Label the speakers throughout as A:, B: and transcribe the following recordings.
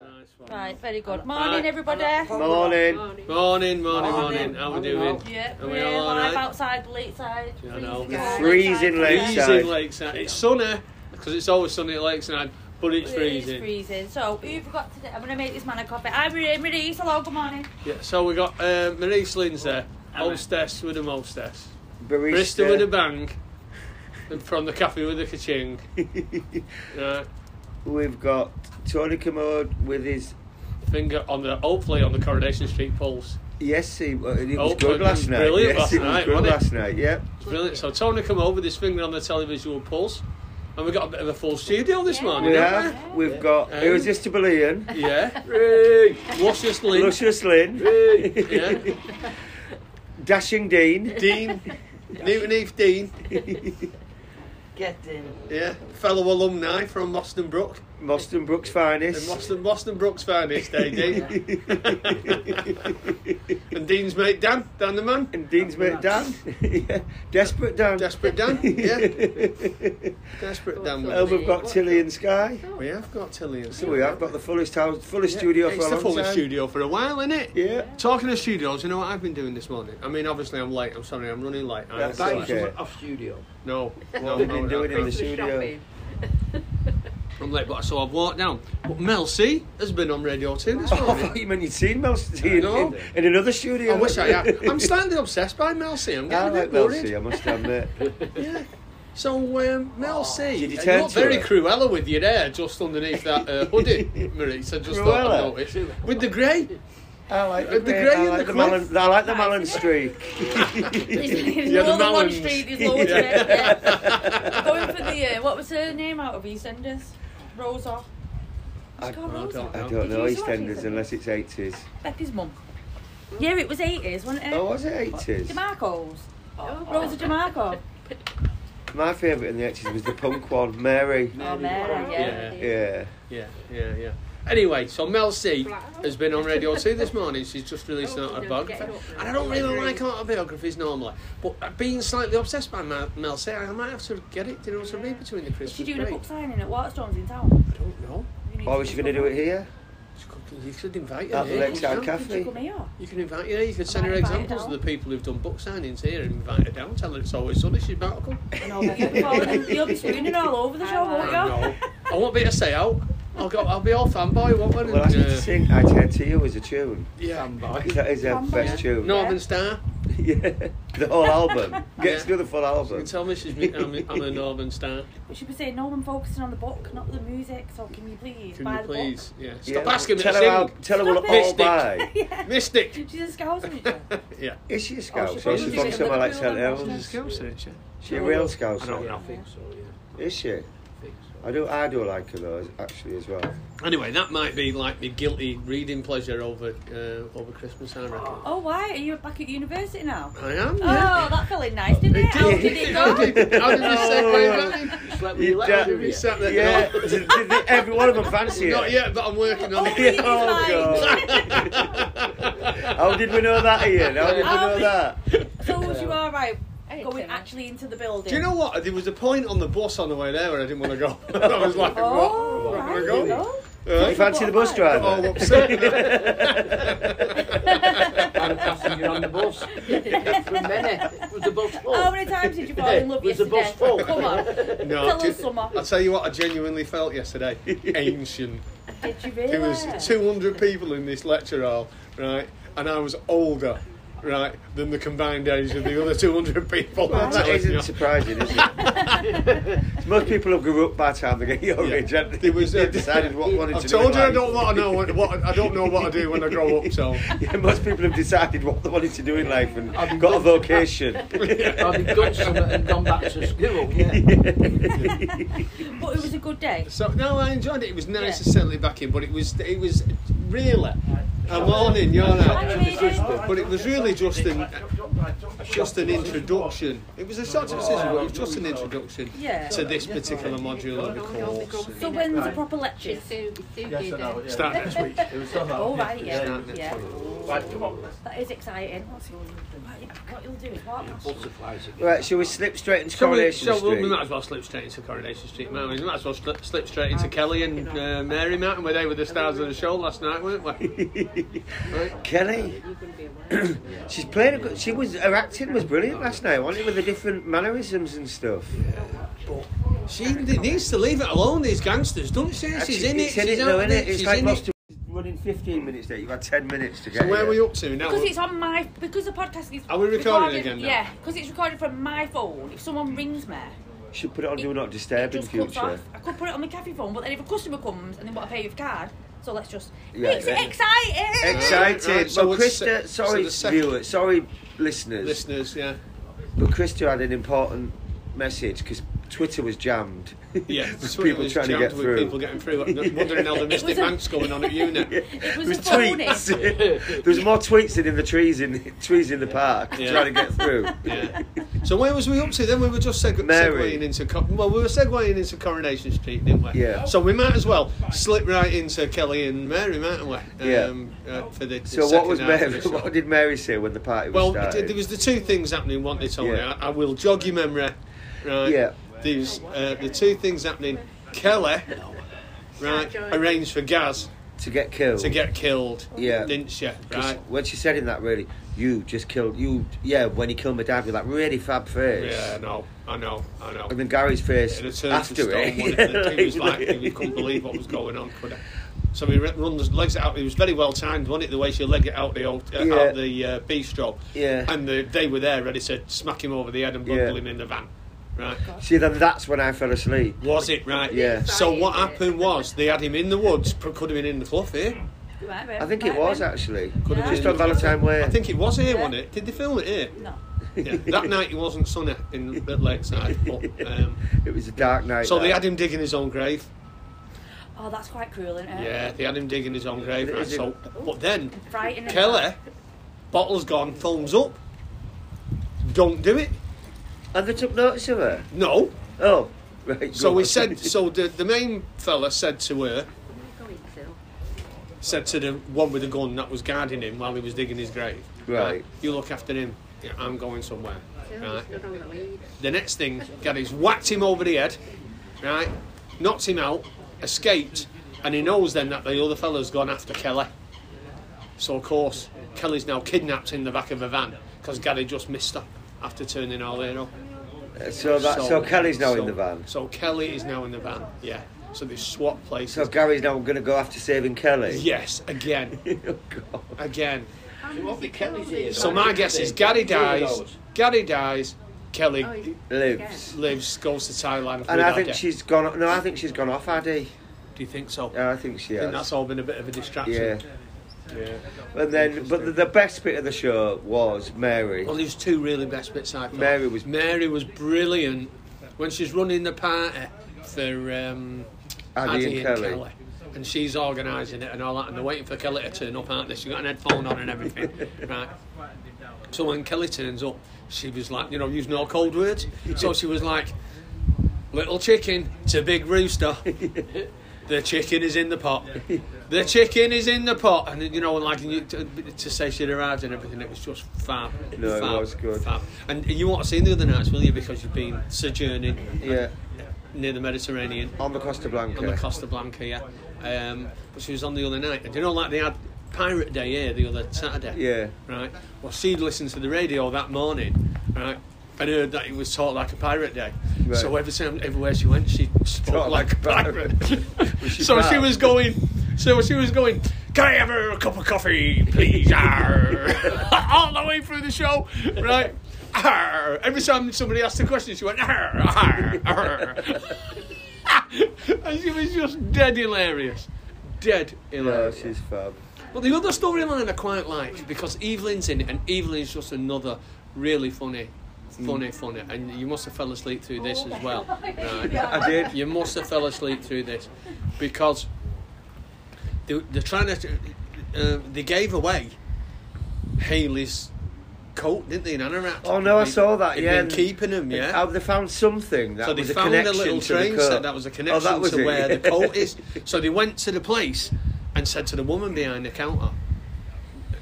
A: Nice one.
B: Right, very good.
A: Hello.
B: Morning,
A: Hello.
B: everybody.
C: Morning.
A: Morning, morning, morning.
C: Morning.
A: How we doing?
B: Yeah,
A: Are
B: we're
A: we all
B: live
A: right?
B: outside Lakeside.
A: Yeah, I know.
B: cold
C: Freezing
B: outside.
C: Lakeside.
A: Freezing Lakeside. It's sunny because it's always sunny at Lakeside, but it's freezing.
B: Freezing. freezing. So, who've we got today? I'm going to make this man a coffee. I'm Marie. Hello, good morning.
A: Yeah. So we got uh, Maurice Lindsay,
D: Hello.
A: hostess with a mostess,
C: Barista.
A: Bristol with a bang, and from the cafe with a kaching. Uh, Yeah.
C: We've got Tony Commode with his.
A: Finger on the hopefully on the Coronation Street pulse.
C: Yes, he, uh, it was
A: Oh, it was
C: good last night.
A: brilliant
C: yes,
A: last
C: it was
A: night,
C: good
A: wasn't it?
C: last night. Yeah.
A: It's brilliant. So Tony come over with his finger on the televisual pulse, and we got a bit of a full studio this
B: Yeah.
A: morning.
C: We
A: haven't
C: have.
B: Yeah.
C: We've got
A: Um,
C: Irresistible Ian,
A: we? Yeah. Ray. Luscious Lynch.
C: Lucius Lynn,
A: Yeah.
C: Dashing Dean,
A: Dean. Newton Heath Dean.
D: Get in.
A: Yeah. Fellow alumni from Moston Brook.
C: Moston Brooks
A: And
C: Finest.
A: Moston, Moston Brook's finest day, Dean. and Dean's mate Dan. Dan the man.
C: and Dean's mate Dan. yeah. Desperate Dan.
A: Desperate Dan. Yeah. Desperate Dan.
C: and
A: with us.
C: we've got Tilly and Sky.
A: We have got Tilly and
C: So we have got the fullest house, fullest
A: Yeah,
C: studio
A: it's
C: for a
A: the
C: long
A: fullest
C: time.
A: studio for a while, isn't it?
C: Yeah.
A: Talking of studios, you know what I've been doing this morning? I mean, obviously I'm late. I'm sorry, I'm running late. I'm
C: That's
A: sorry.
C: okay.
D: off studio.
A: No, no,
C: What have you
A: no,
C: been doing
A: no.
C: in the studio?
A: I'm late, but so I've walked down. But Mel C has been on Radio 2 this
C: Oh, I thought
A: morning.
C: you meant you'd seen Mel C in,
A: know.
C: in, in another studio.
A: I wish I had. I'm slightly obsessed by Mel C. I'm
C: I
A: getting a
C: like
A: bit
C: Mel
A: worried.
C: C, I must admit.
A: So, um, Mel C,
C: Did you
A: uh,
C: turn
A: look
C: to
A: very
C: her?
A: Cruella with your hair just underneath that uh, hoodie, Maurice. I just thought I'd
C: Cruella?
A: noticed. With the grey.
C: I like
A: The
C: the, grey-
A: grey
C: I
A: and
C: like
A: the
C: the,
A: quiff.
C: Malin, I like the Malin streak.
B: There's
A: Yeah, the
B: more than one
A: melons.
B: street, there's loads of it. Yeah. Going for the, uh, what was her name out of EastEnders? Rosa.
C: I-
B: It's called
A: I
B: Rosa.
A: don't
C: I
A: know.
C: don't
B: Did
C: know
B: you watch
C: EastEnders unless it's 80s.
B: Becky's mum. Yeah, it was 80s, wasn't it?
C: Oh, was it 80s?
B: DeMarco's. Rosa DeMarco.
C: My favourite in the 80s was the punk one, Mary.
B: Oh, Mary, yeah.
C: Yeah.
A: Yeah, yeah, yeah. Anyway, so Mel C has been on Radio 2 this morning. She's just released
B: Oh,
A: an autobiography. And I don't really like autobiographies normally, but being slightly obsessed by Ma- Mel C, I might have to get it, you know, to read between the
B: Is she
A: Christmas
B: doing
A: break.
B: a book signing at Waterstones in town?
A: I don't know.
B: You need
C: Or
B: to
C: was she
B: pick
C: going to
B: up
C: do it here?
A: She could- You could invite her.
C: At the
A: here,
C: Lakeside
A: you know.
B: Could you
C: Cafe?
B: come here?
A: You can invite her. You can send her
B: Invite her
A: examples of
B: down.
A: the people who've done book signings here and invite her down. Tell her it's always sunny. She's about to come.
B: No, but you'll be falling- you'll be swooning all over the show, won't
A: I
B: you?
A: know. I won't be a say out. I'll go. I'll be all fanboy. Won't I?
C: Well, I need
A: And, uh,
C: to sing I Tear to You as a tune.
A: Yeah.
C: That is her
B: Come
C: best
B: back.
C: tune.
A: Northern Star.
C: Yeah. The whole album. Gets
A: Yeah.
C: to the full
A: You
C: album.
A: can tell me she's me. I'm, I'm a Northern Star.
B: We should be saying, no, I'm focusing on the book, not the music, so can you please
A: Can
B: buy
A: you
B: the
A: please? Yeah.
C: Yeah.
A: Stop asking me
C: tell
A: to
C: her how-
A: sing.
C: Tell her we'll
B: Stop
C: all
A: it.
C: buy.
B: book? yeah.
A: Mystic.
B: She's a scouse, isn't she?
A: Yeah.
C: Is she a scout?
B: she's
C: or
A: from
C: is she
A: Liverpool,
C: from somewhere like St
B: Liverpool,
C: Helens?
B: Manchester.
C: She a real scout?
A: I don't know.
D: think so, yeah.
C: Is she?
D: think
C: I do. I do like her though, actually as well.
A: Anyway, that might be like my guilty reading pleasure over uh, over Christmas. I reckon.
B: Oh, why? Are you back at university now?
A: I am. Yeah.
B: Oh, that fell in nice, didn't it? How did it
A: How
B: go?
A: did it how did it segue back in?
D: You slept
C: You
D: with
C: don't-
D: your
A: We
D: legs,
A: sat there-
C: Oh, Yeah,
A: no.
C: did, did they- every one of them fancy it.
A: Not yet, but I'm working on
B: Oh,
A: it.
B: he's
C: Oh, God. How did we know that, Ian? How did we
B: How
C: know
B: did-
C: that?
B: So was you all right
E: Hey,
B: going
E: Tim.
B: actually into the building?
A: Do you know what? There was a point on the bus on the way there where I didn't want to go. I was like, what?
B: Oh,
A: Where am I
B: right,
A: going?
B: you know.
C: Did you
A: Huh?
C: fancy the bus driver?
A: Oh, upset.
D: and passenger on the bus. From Bennett. Was the bus full?
B: How many times did you fall in love
D: Was the
B: yesterday?
D: bus full?
B: Come on,
A: no,
B: Tell
A: do-
B: us, Summer.
A: I'll tell you what I genuinely felt yesterday. Ancient.
B: did you
A: There was
B: realise?
A: 200 people in this lecture hall, right? And I was older, right, than the combined age of the other 200 people.
C: Well, that
A: Telling you.
C: isn't surprising, is it? Most people have grew up by the time they get your
A: Yeah.
C: age. haven't they?
A: There was, uh,
C: They've decided what wanted
A: I
C: to
A: told
C: do.
A: you I don't want to know what, what I don't know what I do when I grow up. So
C: Yeah, most people have decided what they wanted to do in life and got a vocation.
D: I'd have done something and gone back to school. Yeah.
B: But it was a good day.
A: So no, I enjoyed it. It was nice to
B: Yeah.
A: settle it back in, but it was it was really a morning. You're out,
B: Hi, Katie.
A: but it was really just an, just an introduction. It was a sort of decision, but it was just an introduction
B: Yeah.
A: to this particular module of the course.
B: So
A: and
B: when's the proper lecture?
E: Yes, I know, yeah.
A: Start next week.
E: It was done that.
B: Oh right,
E: yesterday.
B: yeah,
A: Start next
B: yeah.
A: week.
E: Right, come on.
B: That is exciting. What's he- What you- what you'll do is walk past
D: Butterflies again.
C: Right, shall we slip straight into
A: So, we,
C: Coronation
A: so we,
C: Street?
A: we might as well slip straight into Coronation Street Mountain. We might as well slip, slip straight into Kelly and uh, Mary Mountain, where they were the stars of the show last night, weren't we? Right?
C: Kelly, she's playing. A good, she was her acting was brilliant last night, wasn't it? With the different mannerisms and stuff.
A: She d- needs to leave it alone, these gangsters, don't she? She's in it.
C: It's in
A: She's
C: it,
A: out
C: though,
A: in
C: innit? It's
A: She's
C: like
A: in it.
C: most of running 15 minutes there. You've had 10 minutes to get
A: So where
C: here.
A: were you up to now?
B: Because it's on my because the podcast is.
A: Are we recording again now?
B: Yeah, because it's recorded from my phone. If someone rings me,
C: Should put it on Do Not
B: it
C: Disturb in
B: just cuts
C: future.
B: off. I could put it on my cafe phone, but then if a customer comes and they want to pay with card, so let's just
C: Yeah,
B: makes
C: yeah.
B: it exciting.
C: Excited.
A: Right, right, so
C: Uh, but
A: it's
C: Krista,
A: se- so
C: sorry
A: the second-
C: viewers, sorry listeners,
A: Listeners, yeah.
C: but Krista had an important message because Twitter was jammed.
A: Yeah,
C: with
A: Twitter
C: people
A: was
C: trying to
A: jammed
C: get
A: with
C: through.
A: people getting through, like, wondering how the Mystic
B: was a-
A: Bank's going on at UNEP.
B: It was
C: There was
B: a phony.
C: tweets. there was more tweets than in the trees in trees in the park
A: Yeah.
C: trying to get through.
A: Yeah. So where was we up to then? We were just seg-
C: Mary.
A: segueing into co- well, we were segueing into Coronation Street, didn't we?
C: Yeah.
A: So we might as well slip right into Kelly and Mary, mightn't we?
C: Yeah.
A: uh, for the, the
C: So what
A: second
C: was
A: half of
C: Mary?
A: the show.
C: What did Mary say when the party was
A: well,
C: started?
A: th- there was the two things happening, weren't there, Tony?
C: Yeah.
A: I, I will jog your memory. Right.
C: Yeah.
A: There's uh, the two things happening. Kelly, right, arranged for Gaz
C: to get killed.
A: to get killed.
C: Yeah.
A: Didn't she?
C: 'Cause
A: Right.
C: When she said in that, really, you just killed you. Yeah, when he killed my dad with that really fab face.
A: Yeah. No. I know. I know.
C: And then Gary's face
A: And it turned to
C: after
A: stone,
C: it.
A: wasn't it? And he was like, he couldn't believe what was going on, could he? So he re- runs, legs it out. It was very well timed, wasn't it? The way she legged it out the old, uh,
C: Yeah.
A: out the uh, bistro.
C: Yeah.
A: And the, they were there ready to smack him over the head and bundle
C: Yeah.
A: him in the van. Right.
C: See, then that's when I fell asleep.
A: Was it right?
C: Yeah.
A: So what happened was they had him in the woods. pr- Could have been in the fluff here.
C: I think it was actually.
A: Could have
C: Just
A: been.
C: on Valentine Way.
A: I think it was here,
B: Yeah.
A: wasn't it? Did they film it here?
B: No.
A: Yeah. that night it wasn't sunny in at Lakeside. But, um,
C: it was a dark night.
A: so they
C: that.
A: had him digging his own grave.
B: Oh, that's quite cruel, isn't it?
A: Yeah, they had him digging his own grave.
C: Is
A: Right,
C: it-
A: so, but then
B: Frightening.
A: Kelly, bottle's gone, thumbs up. Don't do it.
C: And they took notice of her.
A: No.
C: Oh, right.
A: So
C: go
A: we
C: on.
A: said. So the, the main fella said to her, said to the one with the gun that was guarding him while he was digging his grave.
C: Right.
A: You look after him. Yeah, I'm going somewhere. Right. The next thing, Gary's whacked him over the head. Right. Knocked him out. Escaped. And he knows then that the other fella's gone after Kelly. So of course, Kelly's now kidnapped in the back of a van because Gary just missed her after turning all in up.
C: So that. So, Kelly's now in
A: so-
C: the van.
A: So Kelly is now in the van. Yeah. So they swap places.
C: So Gary's now going to go after saving Kelly.
A: yes, again,
C: oh God.
A: again.
D: Kelly's here.
A: So my guess is Gary dies. Gary dies. Kelly
C: Lives.
A: lives, goes to Thailand.
C: And I
A: without
C: think
A: death.
C: she's gone. No, I think she's gone off Addy.
A: Do you think so?
C: Yeah, I think
A: I
C: she has.
A: think that's all been a bit of a distraction.
C: yeah. And then, but the, the best bit of the show was Mary.
A: Well, there's two really best bits I thought.
C: Mary was-
A: Mary was brilliant when she's running the party for um,
C: Addie and Kelly.
A: and she's organising it and all that, and they're waiting for Kelly to turn up, aren't they? She's got an headphone on and everything, right? So when Kelly turns up, she was like, you know, using all cold words. So she was like, "Little chicken to big rooster." The chicken is in the pot. The chicken is in the pot, and you know, like you, to, to say she'd arrived and everything, it was just fab.
C: No, it
A: fab,
C: was good.
A: Fab. And you won't have seen the other nights, will you? Because you've been sojourning
C: Yeah.
A: near the Mediterranean
C: On the Costa Blanca.
A: on the Costa Blanca, yeah. Um, but she was on the other night. Do you know, like they had Pirate Day here the other Saturday?
C: Yeah.
A: Right. Well, she'd listened to the radio that morning, right, and heard that it was taught like a pirate day.
C: Right.
A: So every time, everywhere she went, she spoke
C: Talked
A: like,
C: like a
A: a pirate.
C: pirate. Was she
A: so she
C: proud?
A: was going. So she was going. Can I have a cup of coffee, please? Arr." All the way through the show, right? Arr. Every time somebody asked a question, she went. Arr, arr, arr. and she was just dead hilarious. Dead
C: No,
A: hilarious.
C: she's fab.
A: But the other storyline I quite like because Evelyn's in it, and Evelyn's just another really funny,
C: Hmm.
A: funny, funny. And you must have fell asleep through this as well. Right.
C: I did.
A: You must have fell asleep through this because they, they're trying to. Uh, they gave away Haley's coat, didn't they? And Anorak.
C: Oh, no, I
A: They'd-
C: saw that,
A: they'd
C: yeah.
A: been keeping him, yeah.
C: Oh, they found something that
A: so they
C: was
A: found
C: a
A: a
C: connection
A: little
C: to the
A: train
C: coat.
A: set that was a connection
C: oh, that was
A: to
C: it.
A: where the coat is. So they went to the place and said to the woman behind the counter,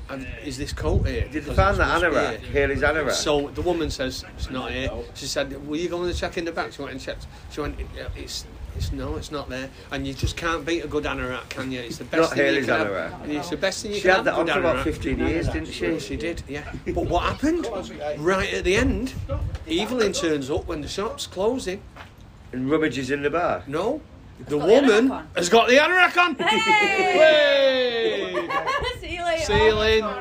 A: "And "Is this coat here?"
C: Did they
A: Because
C: find
A: it's supposed
C: that
A: to be
C: anorak?
A: here."
C: Haley's anorak.
A: So the woman says it's not here. She said, "Were you going to check in the back?" She went and checked. She went, "Yeah, "It's, it's no, it's not there." And you just can't beat a good anorak, can you? It's the best
C: Not
A: thing
C: Hayley's
A: you can
C: anorak.
A: have. It's the best thing you
C: she
A: can
C: had that
A: have.
C: on
A: good
C: for about
A: anorak.
C: 15 years, didn't
A: Yeah,
C: she?
A: she did, yeah. But what happened? Right at the end, Evelyn turns up when the shop's closing.
C: And rummages in the bar.
A: No, the
B: got the anorak
A: woman
B: on.
A: has got the anorak on.
B: Hey!
A: Hey!
B: See you later.
A: See you, Lynn.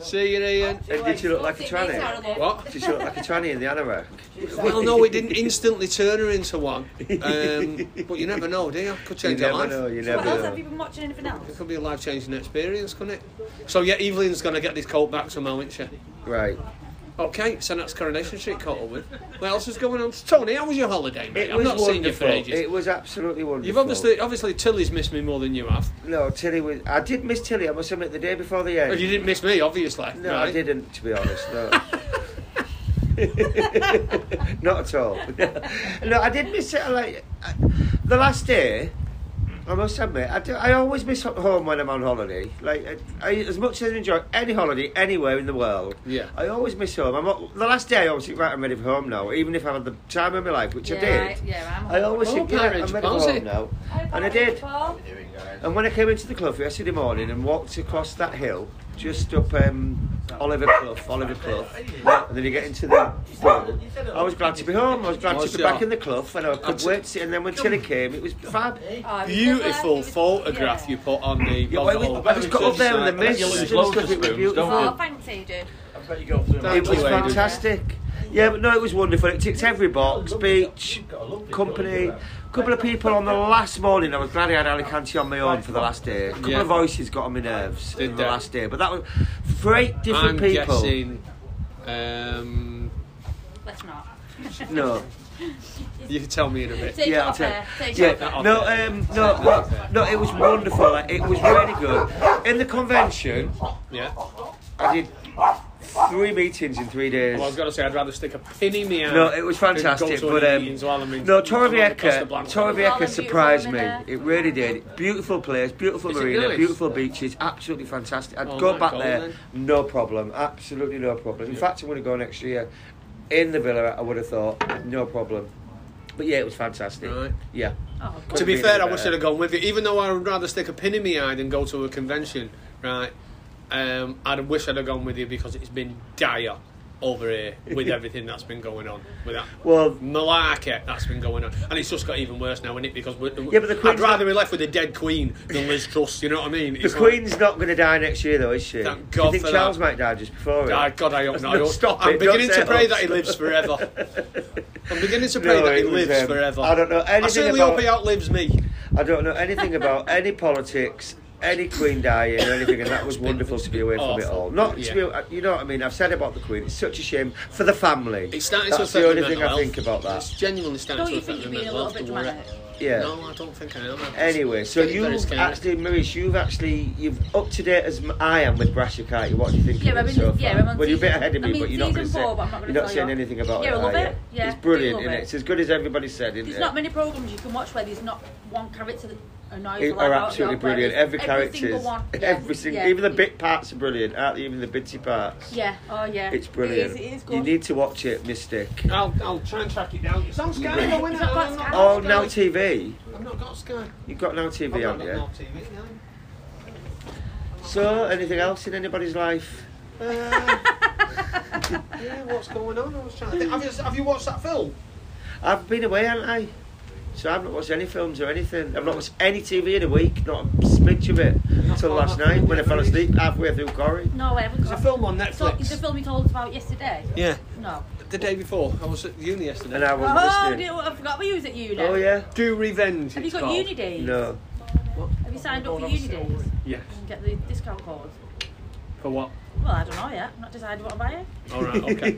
A: See you, Ian.
C: And did she look like a
B: Take these out of
C: tranny?
B: there.
A: What?
C: Did she look like a tranny in the anorak?
A: Well, no, it didn't instantly turn her into one. Um, but you never know, do you? Could
C: You
A: change her
C: never
A: life.
C: know, you
B: So
C: never
B: what else have
C: know.
B: you been watching? Anything
A: It
B: else?
A: could be a life changing experience, couldn't it? So, yeah, Evelyn's going to get this coat back somehow, isn't she?
C: Right.
A: Okay, so that's Coronation Street caught up with. What else is going on? Tony, how was your holiday, mate?
C: It
A: I've
C: was
A: not seen you for
C: wonderful.
A: ages.
C: It was absolutely wonderful.
A: You've obviously, obviously, Tilly's missed me more than you have.
C: No, Tilly was. I did miss Tilly, I must admit, the day before the
A: Well,
C: end.
A: you didn't miss me, obviously.
C: No,
A: right?
C: I didn't, to be honest. No. Not at all. no, I did miss it. Like I, the last day, I must admit, I, do, I always miss home when I'm on holiday. Like I, I- as much as I enjoy any holiday anywhere in the world,
A: Yeah.
C: I always miss home. I'm not- the last day, I always think, right, I'm ready for home now. Even if I had the time of my life, which I did,
B: I, yeah, I'm
C: I always
A: Oh,
C: think, yeah,
A: Parents,
C: I'm ready for
A: Palsy.
C: home now.
B: Hi,
C: And I
B: Paul.
C: did.
B: Paul.
C: And when I came into the club yesterday morning and walked across that hill, just up um, Oliver Clough, Oliver Clough, and then you get into the hill, I was glad to be home. I was glad to be back in the club, and I couldn't wait to see. And then when Tilly came, it was fab.
B: Oh, it was lovely. It
A: Beautiful
B: was-
A: photograph
B: yeah.
A: you put on the.
C: Yeah, well,
A: Boggart
C: I just got up
A: Church
C: there in the
A: site.
C: mist
E: you
C: and
E: lose
C: stuff.
E: loads of
C: It was
E: spoons,
C: beautiful.
E: don't
B: Oh, thanks, Adrian.
E: I bet you go through
A: Thank
C: It was
A: you, Aidan.
C: fantastic. Yeah, but no, it was wonderful. It ticked every box. Beach, company, couple of people on the last morning. I was glad I had Alicante on my own for the last day. A couple
A: Yeah.
C: of voices got on my nerves
A: Did
C: in the
A: they?
C: last day, but that was for eight different
A: I'm
C: people.
A: guessing. Um,
B: Let's not.
C: No,
A: you can tell me in a bit.
B: Take
C: yeah,
B: it
C: I'll
B: off
C: tell
B: air. Take it off
C: Yeah,
A: I'll
C: no,
A: tell you.
C: um, no, no, no. It was wonderful. Like, It was really good. In the convention,
A: Yeah.
C: I did three meetings in three days.
A: Well, I was going to say I'd rather stick a pin in me.
C: No, it was fantastic, but um, no, Torrevieja,
B: All
C: Torrevieja
B: them
C: surprised me.
B: beautiful women
C: It really did. Beautiful place, beautiful
A: Is it
C: marina,
A: nice?
C: beautiful beaches, absolutely fantastic. I'd
A: Oh,
C: go
A: my
C: back
A: God,
C: there,
A: then.
C: no problem, absolutely no problem. In fact, I'm going to go next year in the villa. I would have thought, no problem. But yeah, it was fantastic.
A: Right.
C: Yeah.
B: Oh,
C: Couldn't
A: To be
C: any
A: fair, I
C: better.
A: wish I'd have gone with you. Even though I would rather stick a pin in my eye than go to a convention, right? Um, I'd wish I'd have gone with you because it's been dire over here with everything that's been going on with that
C: Well,
A: malarkey that's been going on, and it's just got even worse now, isn't it? Because we're,
C: Yeah, but the
A: I'd
C: Queen's
A: rather be left with a dead Queen than Liz Truss. You know what I mean?
C: the Queen's not going to die next year, though, is she?
A: Thank
C: Do
A: God
C: you think
A: for that.
C: Charles might die just before it?
A: Ah, God, I hope not. I
C: No,
A: hope-
C: stop
A: I'm
C: it, don't
A: beginning
C: say
A: to pray
C: hope.
A: that he lives forever. I'm beginning to pray
C: No,
A: that he
C: it was,
A: lives
C: um,
A: forever.
C: I don't know
A: I
C: anything
A: certainly
C: about-
A: hope he outlives me.
C: I don't know anything about any politics, any Queen dying, or anything, and that was wonderful to be away from it
A: Awful.
C: all. Not
A: Yeah.
C: to be, you know what I mean. I've said about the Queen. It's such a shame for the family.
A: It's starting
C: That's
A: to affect
C: the only
A: my
C: thing
A: mental
C: I
A: health.
C: think about
A: It's
C: that.
A: genuinely starting
B: Don't
A: to
B: you
A: affect
B: think
A: my
B: you've been a
A: mental
B: little
A: health.
B: bit
A: don't worry.
B: dramatic?
C: Yeah.
A: No, I don't think I am. It's
C: Anyway, so
A: getting
C: you
A: very scary.
C: actually, Maurice, you've actually you've up to date as m- I am with Brassica. What do you think?
B: Yeah,
C: of
B: I've
C: it
B: been-
C: so far?
B: yeah, I'm on
C: well, you're a bit
B: season-
C: ahead of me,
B: I mean,
C: but you're not
B: season
C: going to say
B: four, but I'm not gonna
C: you're not
B: tell
C: saying
B: you.
C: anything about
B: Yeah,
C: it.
B: I love
C: are
B: it.
C: you?
B: Yeah,
C: it's brilliant,
B: I
C: is
B: love
C: it?
B: it.
C: It's as good as everybody said, isn't
B: There's
C: it?
B: not many programs you can watch where there's not one character that annoys
C: It-
B: the
C: are
B: life
C: absolutely
B: out of you, where
C: brilliant.
B: there's every
C: Every character,
B: single
C: is-
B: one. Yeah,
C: every single,
B: yeah.
C: even the bit parts are brilliant, aren't they? Even the bitty parts.
B: Yeah. Oh yeah.
C: It's brilliant.
B: It is, it is good.
C: you need to watch it, Mystic.
A: I'll, I'll try and track it down. It's on Sky, though,
B: It's
A: isn't it?
B: not got
A: I've
B: Sky.
A: not
C: Oh,
A: got
C: Now
A: Sky.
C: TV.
A: I've not got Sky.
C: You've got Now TV,
A: I've not
C: haven't
A: got
C: you?
A: Now TV, no.
C: So, anything else in anybody's life?
A: Uh, yeah, what's going on? I was trying to think. Have you, have you watched that film?
C: I've been away, haven't I? So I've not watched any films or anything. I've not watched any TV in a week, not a smidge of it, until
A: Oh,
C: last
A: that's
C: night when I
A: good,
C: fell
A: isn't it?
C: asleep halfway through Corrie.
B: No, I haven't
A: There's a
B: got-
A: film on
B: So, is the
A: Netflix.
B: film you told us about yesterday?
A: Yeah,
B: No.
A: the day before. I was at uni yesterday.
C: And I wasn't
B: Oh,
C: listening.
B: dear, I forgot we was at uni.
C: Oh, yeah?
A: Do Revenge.
B: Have you
A: it's
B: got
A: called.
B: uni days?
C: No.
B: Have you signed up for uni days?
A: Yes.
B: And get the discount code?
A: For what?
B: Well, I don't know yet. I've not decided what I'm buying.
A: All right, okay.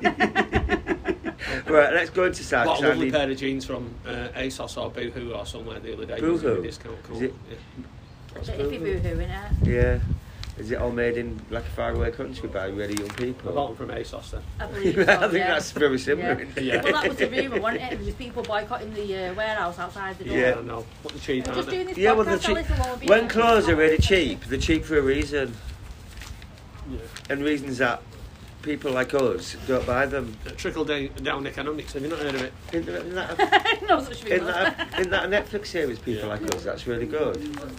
C: Right, let's go into Sad.
A: Bought a
C: 'cause I
A: lovely
C: need-
A: pair of jeans from uh, ASOS or Boohoo or somewhere the other day.
C: Boohoo?
A: Discount code.
C: Is it-
A: Yeah.
B: If you boo hoo in it.
C: Yeah. Is it all made in like a faraway country by really young people?
A: I bought them from ASOS then.
B: I
C: I
B: believe.
C: think
B: so, yeah.
C: that's very similar.
B: Yeah.
C: isn't it?
A: Yeah.
B: Well, that was the rumour, wasn't it? It was just people boycotting the uh, warehouse outside the
A: I
B: door.
C: Yeah.
A: don't know. What the cheese
B: We're
A: aren't
B: just
A: they?
B: doing this
C: Yeah, well, the
B: podcast.
C: cheap,
B: Alice will all be
C: when
B: there.
C: clothes are really cheap, they're cheap for a reason,
A: Yeah.
C: and reasons that people like us don't buy them.
A: Uh, Trickle down, down economics. Have you not heard of it?
C: Isn't there- isn't that a,
B: no such thing.
C: isn't that a, isn't that a Netflix series, people
A: Yeah.
C: like us? That's really good.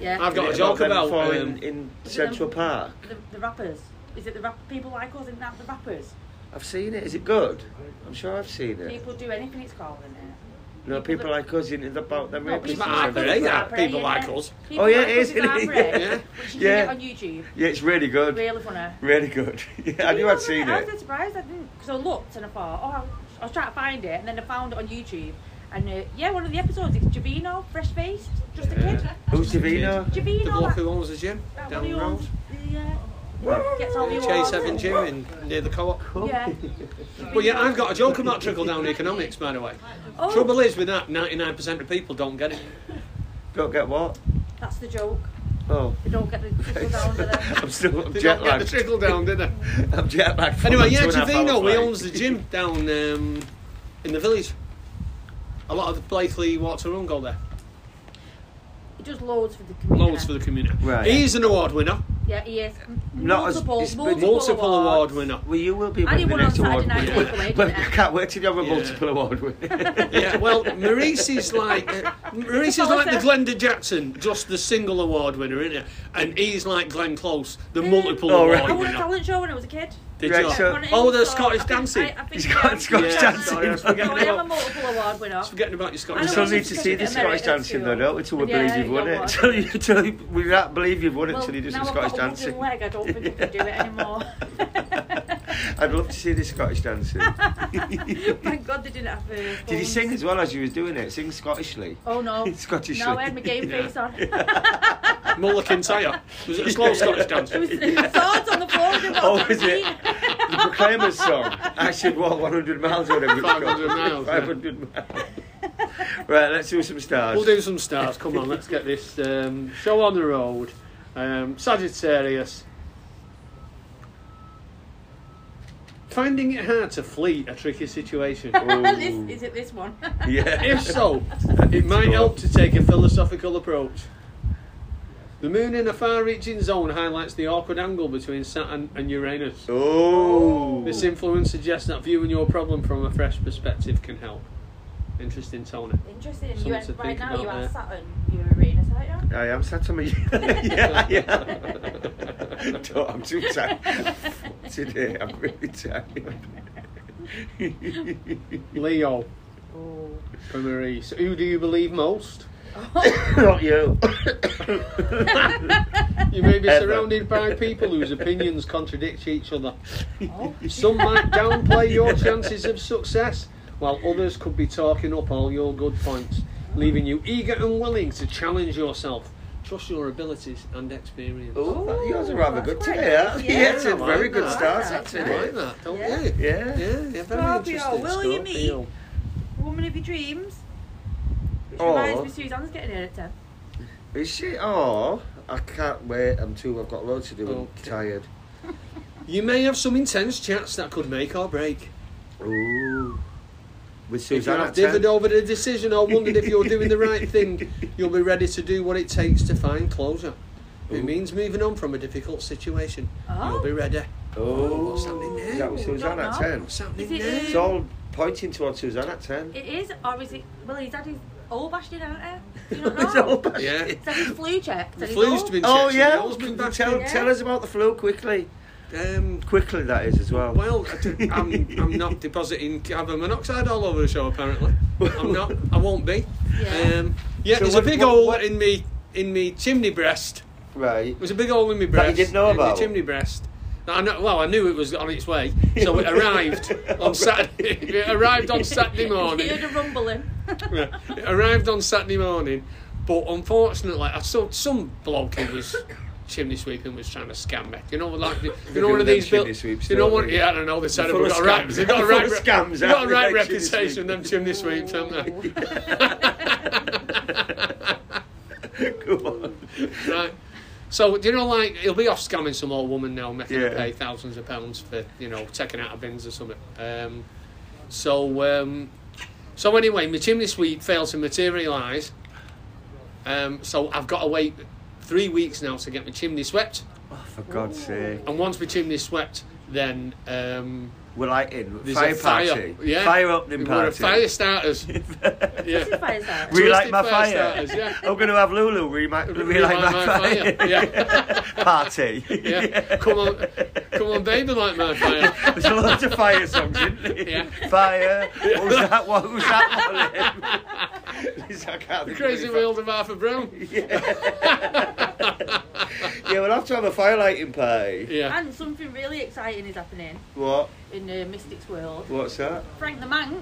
B: Yeah.
A: I've got
C: Isn't
A: a
C: it
A: joke
C: them
A: about,
C: falling
A: um,
C: in Central Park.
B: The, the rappers. Is it the rap- people like us? Isn't that the rappers?
C: I've seen it. Is it good? I'm sure I've seen it.
B: People do anything. It's called, isn't it?
C: no, people like us in about them.
B: No,
C: rapists
A: It's
B: people
A: not
C: and
B: like
A: our breed, yeah.
B: us, it's
C: everything.
B: our breed,
A: People
B: isn't
A: like
B: it?
A: us.
B: People
C: Oh, yeah,
B: like
C: it
B: us
C: is,
B: is our
C: isn't it?
B: breed,
A: Yeah.
B: Which you can get on
C: Yeah.
B: YouTube.
C: Yeah, it's really good.
B: Really funny.
C: Really good. yeah, I knew I'd seen
B: I was
C: it.
B: so surprised I didn't because I looked and I thought, oh, I was trying to find it, and then I found it on YouTube. And uh, yeah, one of the episodes is Javino, fresh faced, just a kid.
C: Who's Davino?
A: The
B: Javino,
A: bloke
B: that,
A: who owns the gym
B: that
A: down
B: one
A: the
B: who
A: road.
B: owns the uh, gets all the
A: Chase
B: awards.
A: Seven Gym in, near the co-op.
B: Yeah.
A: But yeah, I've got a joke about trickle down economics, by the way.
B: Oh,
A: Trouble is with that, 99% of people don't get it.
C: Don't get what?
B: That's the joke.
C: Oh.
B: They don't get the trickle down to them.
C: I'm still I'm
A: They
C: jet
A: don't get the
C: lagged.
A: trickle down, do they?
C: I'm jet lagged. from
A: Anyway,
C: a
A: yeah,
C: two and a half hour
A: Javino, he
C: flight.
A: owns the gym down um, in the village. A lot of the Blakely walks around go there.
B: It does loads for the community.
A: Loads for the community.
C: Right.
A: He's an award winner,
B: Yeah, he is.
C: Not as-
B: multiple,
C: it's been-
B: multiple,
A: multiple award
B: awards.
A: winner.
C: Well, you will be
B: I
C: winning
B: did
C: the
B: one on
C: next
B: Saturday
C: award.
B: Night
C: won't
B: Takeaway, didn't
C: you? but
B: I?
C: I can't wait till you have a
A: Yeah.
C: multiple award winner.
A: Yeah, well, Maurice is like uh, Maurice is like the Glenda Jackson, just the single award winner, isn't it? And he's like Glenn Close, the multiple
C: Oh,
A: award
B: I
C: right.
B: won a
A: winner.
B: talent show when I was a kid.
A: Did
C: Right,
A: you?
C: so-
A: oh, the Scottish dancing.
C: He's got Scottish
A: Yeah,
C: dancing.
A: sorry, I was
B: So
A: forgetting
B: I am a
A: about,
B: multiple award winner.
A: forgetting about your
B: I
C: You
A: Scottish
B: know,
C: still
B: it's
A: dancing.
C: need
B: just
C: to
B: because
C: see
B: you get America
C: the Scottish dancing,
B: too.
C: though, don't we? Till we
B: Yeah,
C: believe you've won
B: you
C: it.
B: got
C: Till you, till you, we don't believe you've won it
B: Well,
C: till you do
B: now
C: some
B: I've
C: Scottish
B: got a wooden
C: dancing.
B: leg, I don't think I can do it anymore.
C: I'd love to see the Scottish dancing.
B: Thank God they didn't have uh,
C: Did he
B: phones.
C: sing as well as you was doing it? Sing Scottishly.
B: Oh no.
C: Scottish.
B: No, I had my game
A: Yeah.
B: face on.
A: Muller Kintyre. Was it a slow Scottish
B: It was
A: dance?
B: swords on the floor. they were
C: Oh,
B: on
C: is
B: the
C: it?
B: feet.
C: The Proclaimers song. I should walk 100 miles or whatever. it's called.
A: 500 miles, yeah.
C: 500 miles. Right, let's do some stars.
A: We'll do some stars. Come on, let's get this um, show on the road. Um, Sagittarius. Finding it hard to flee a tricky situation.
B: this, is it this one?
C: Yeah.
A: If so, it might help to take a philosophical approach. The moon in a far reaching zone highlights the awkward angle between Saturn and Uranus.
C: Oh.
A: This influence suggests that viewing your problem from a fresh perspective can help. Interesting, Tony.
B: Interesting.
A: Something
B: You
A: to
B: had, right
A: think
B: now you
A: about
B: are
A: there.
B: Saturn. You were Uranus, aren't you?
C: I am sad to me. yeah, yeah. Don't, I'm too tired. Today, I'm really tired.
A: Leo
B: Oh.
A: from Maurice. Who do you believe most?
C: Not you.
A: You may be
C: Ever.
A: surrounded by people whose opinions contradict each other.
B: Oh.
A: Some might downplay your chances of success, while others could be talking up all your good points, leaving you eager and willing to challenge yourself. Trust your abilities and experience.
C: Oh, that- yours are
B: Ooh,
C: rather
B: that's
C: good
B: quite
C: today.
B: nice,
C: Yeah,
B: yeah.
C: yeah it's
A: I
C: a
A: like
C: very good
A: that.
C: start,
B: I like
A: I like
C: actually.
A: that, don't
B: Yeah.
A: you?
C: Yeah.
A: Yeah, yeah, very
B: Scorpio,
A: interesting.
B: will you meet-
A: Scorpio.
B: Woman of your dreams. Which
C: Oh.
B: reminds me, Suzanne's getting here at 10.
C: Is she? Oh, I can't wait. I'm too. I've got loads to do. I'm
A: Okay.
C: tired.
A: You may have some intense chats that could make or break.
C: Ooh. With
A: If you
C: Suzanne
A: have
C: at 10.
A: dithered over the decision or wondered if you're doing the right thing, you'll be ready to do what it takes to find closure. It
C: Ooh.
A: means moving on from a difficult situation. You'll
B: Oh.
A: be ready.
C: Oh,
A: What's happening there?
C: Is that with Suzanne at
B: Don't know.
C: 10?
A: What's happening
B: Is it,
A: there?
C: It's all pointing towards Suzanne at 10.
B: It is, or is it? Well, he's had his old bashed in, hasn't he? Do you not
C: It's
B: know?
C: all back-
A: Yeah.
B: He's had his flu checked.
A: The
B: and he's
A: flu's
B: old.
A: been
C: Oh,
A: checked,
C: yeah.
A: the all's been back
C: Tell,
A: in.
C: tell us about the flu quickly.
A: Um,
C: Quickly, that is, as well.
A: well, I d- I'm, I'm not depositing carbon monoxide all over the show, apparently. I'm not. I won't be.
B: Yeah.
A: Um, yeah,
C: So
A: there's
C: what-
A: a big
C: what-
A: hole
C: what-
A: in me in me chimney breast.
C: Right.
A: There's a big hole in my breast.
C: That you didn't know
A: in my
C: about?
A: chimney breast. No, I know, well, I knew it was on its way, so it arrived on Saturday. It arrived on Saturday morning.
B: He heard a rumbling.
A: Yeah, it arrived on Saturday morning, but unfortunately, I saw some bloke who was chimney sweeping was trying to scam me. You know, like you know
C: do
A: one of
C: them
A: these built-
C: chimney sweeps,
A: You know
C: don't
A: one?
C: they?
A: Yeah, I don't know. They said
C: full
A: we've
C: of
A: got a right,
C: scams.
A: they've got a
C: Full
A: right,
C: of
A: re-
C: scams,
A: they've got a
C: aren't they,
A: right
C: like chimney
A: reputation. Them chimney sweeps, haven't
B: Ooh.
A: they?
C: Go on.
A: right. So do you know, like he'll be off scamming some old woman now, making her
C: Yeah.
A: pay thousands of pounds for you know taking out of bins or something. Um, so um, so anyway, my chimney sweep failed to materialise. Um, so I've got to wait three weeks now to get my chimney swept.
C: For God's sake.
A: And once my chimney's swept, then um,
C: We're like in
A: there's
C: fire
A: a fire.
C: party.
A: Yeah.
C: Fire opening
A: We're a
C: party.
A: fire starters. yeah.
B: Two fires out.
C: We like
A: Twisted
C: my
A: fire
C: fire.
A: starters, yeah.
C: I'm going to have Lulu. We might. We,
A: Relight
C: like my,
A: my
C: fire.
A: fire, yeah.
C: Party.
A: Yeah. Come on, come on, baby, light my fire.
C: There's loads of fire songs, isn't there?
A: Yeah.
C: Fire. What was that one? What was that one? Liz, I
A: The
C: can't think
A: crazy
C: of it.
A: world of Arthur Brown.
C: Yeah, we'll have to have a fire lighting party.
A: Yeah.
B: And something really exciting is happening
C: What?
B: in the Mystics world.
C: What's that?
B: Frank the Mank.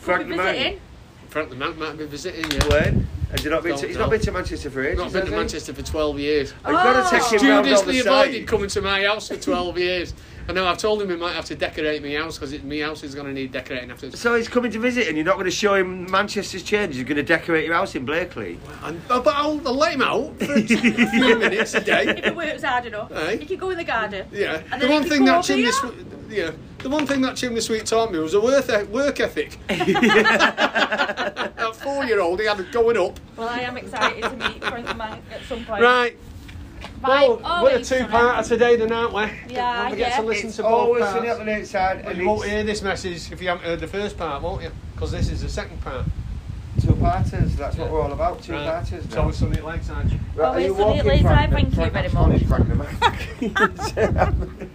C: Frank
B: will
C: the
B: be
C: Man.
B: visiting.
A: Frank the Mank might be visiting you. Yeah.
C: When? Has he not been to,
A: Don't
C: he's
A: know.
C: not been to Manchester for ages.
A: Not been
C: has
A: to
C: he?
A: Manchester for 12 years.
C: I've got to take him round on
A: Studiously
C: the
A: avoided
C: site.
A: coming to my house for 12 years. I know I've told him we might have to decorate my house because my house is going to need decorating after this.
C: So he's coming to visit, and you're not going to show him Manchester's change. You're going to decorate your house in Blakely.
A: And, oh, but I'll, I'll let him out for a few minutes a
B: If
A: day.
B: it works hard enough,
A: Aye.
B: you can go in the garden.
A: Yeah.
B: And
A: The
B: then
A: one
B: you
A: thing
B: go
A: that
B: over
A: chimney
B: here.
A: sweep, yeah. The one thing that chimney sweep taught me was a worth e, work ethic. that four-year-old, he had it going up.
B: Well, I am excited to meet Frank the Mank at some point.
A: Right.
B: Bye.
A: Well, we're a
B: Always on
A: two-parter today, then, aren't we?
B: Yeah,
A: Don't forget
B: yeah.
A: to listen
C: It's
A: to both
C: always
A: parts.
C: on the opposite side,
A: But
C: and
A: you won't
C: it's
A: hear this message if you haven't heard the first part, won't you? Because this is the second part.
C: two parters. That's what we're all about. Two
A: Right.
C: parters.
A: So it's something like that.
C: Right,
B: Always sunny at Leyside, thank you very much.
C: Frank the um, man?